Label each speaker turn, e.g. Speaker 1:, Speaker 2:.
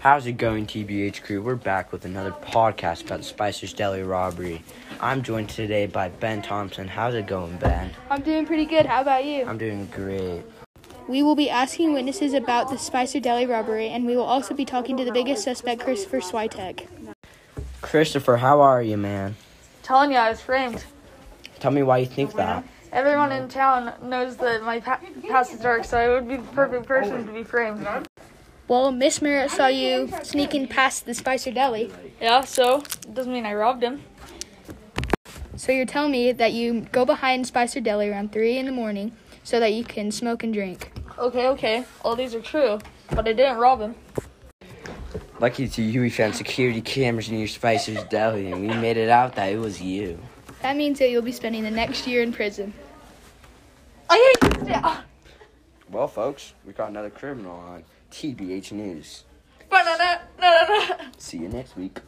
Speaker 1: How's it going, TBH crew? We're back with another podcast about Spicer's Deli robbery. I'm joined today by Ben Thompson. How's it going, Ben?
Speaker 2: I'm doing pretty good. How about you?
Speaker 1: I'm doing great.
Speaker 2: We will be asking witnesses about the Spicer Deli robbery, and we will also be talking to the biggest suspect, Christopher Switek.
Speaker 1: Christopher, how are you, man?
Speaker 3: Telling you, I was framed.
Speaker 1: Tell me why you think that.
Speaker 3: Everyone in town knows that my pa- past is dark, so I would be the perfect person to be framed.
Speaker 2: Well, Miss Merritt saw you sneaking past the Spicer Deli,
Speaker 3: Yeah, so doesn't mean I robbed him.
Speaker 2: so you're telling me that you go behind Spicer Deli around 3 in the morning so that you can smoke and drink.
Speaker 3: Okay, okay, all these are true, but I didn't rob him.
Speaker 1: Lucky to you, we found security cameras near Spicer's Deli, and we made it out that it was you.
Speaker 2: That means that you'll be spending the next year in prison.
Speaker 3: I hate this town.
Speaker 1: Well, folks, we got another criminal on TBH News.
Speaker 3: Ba-na-na, na-na-na.
Speaker 1: See you next week.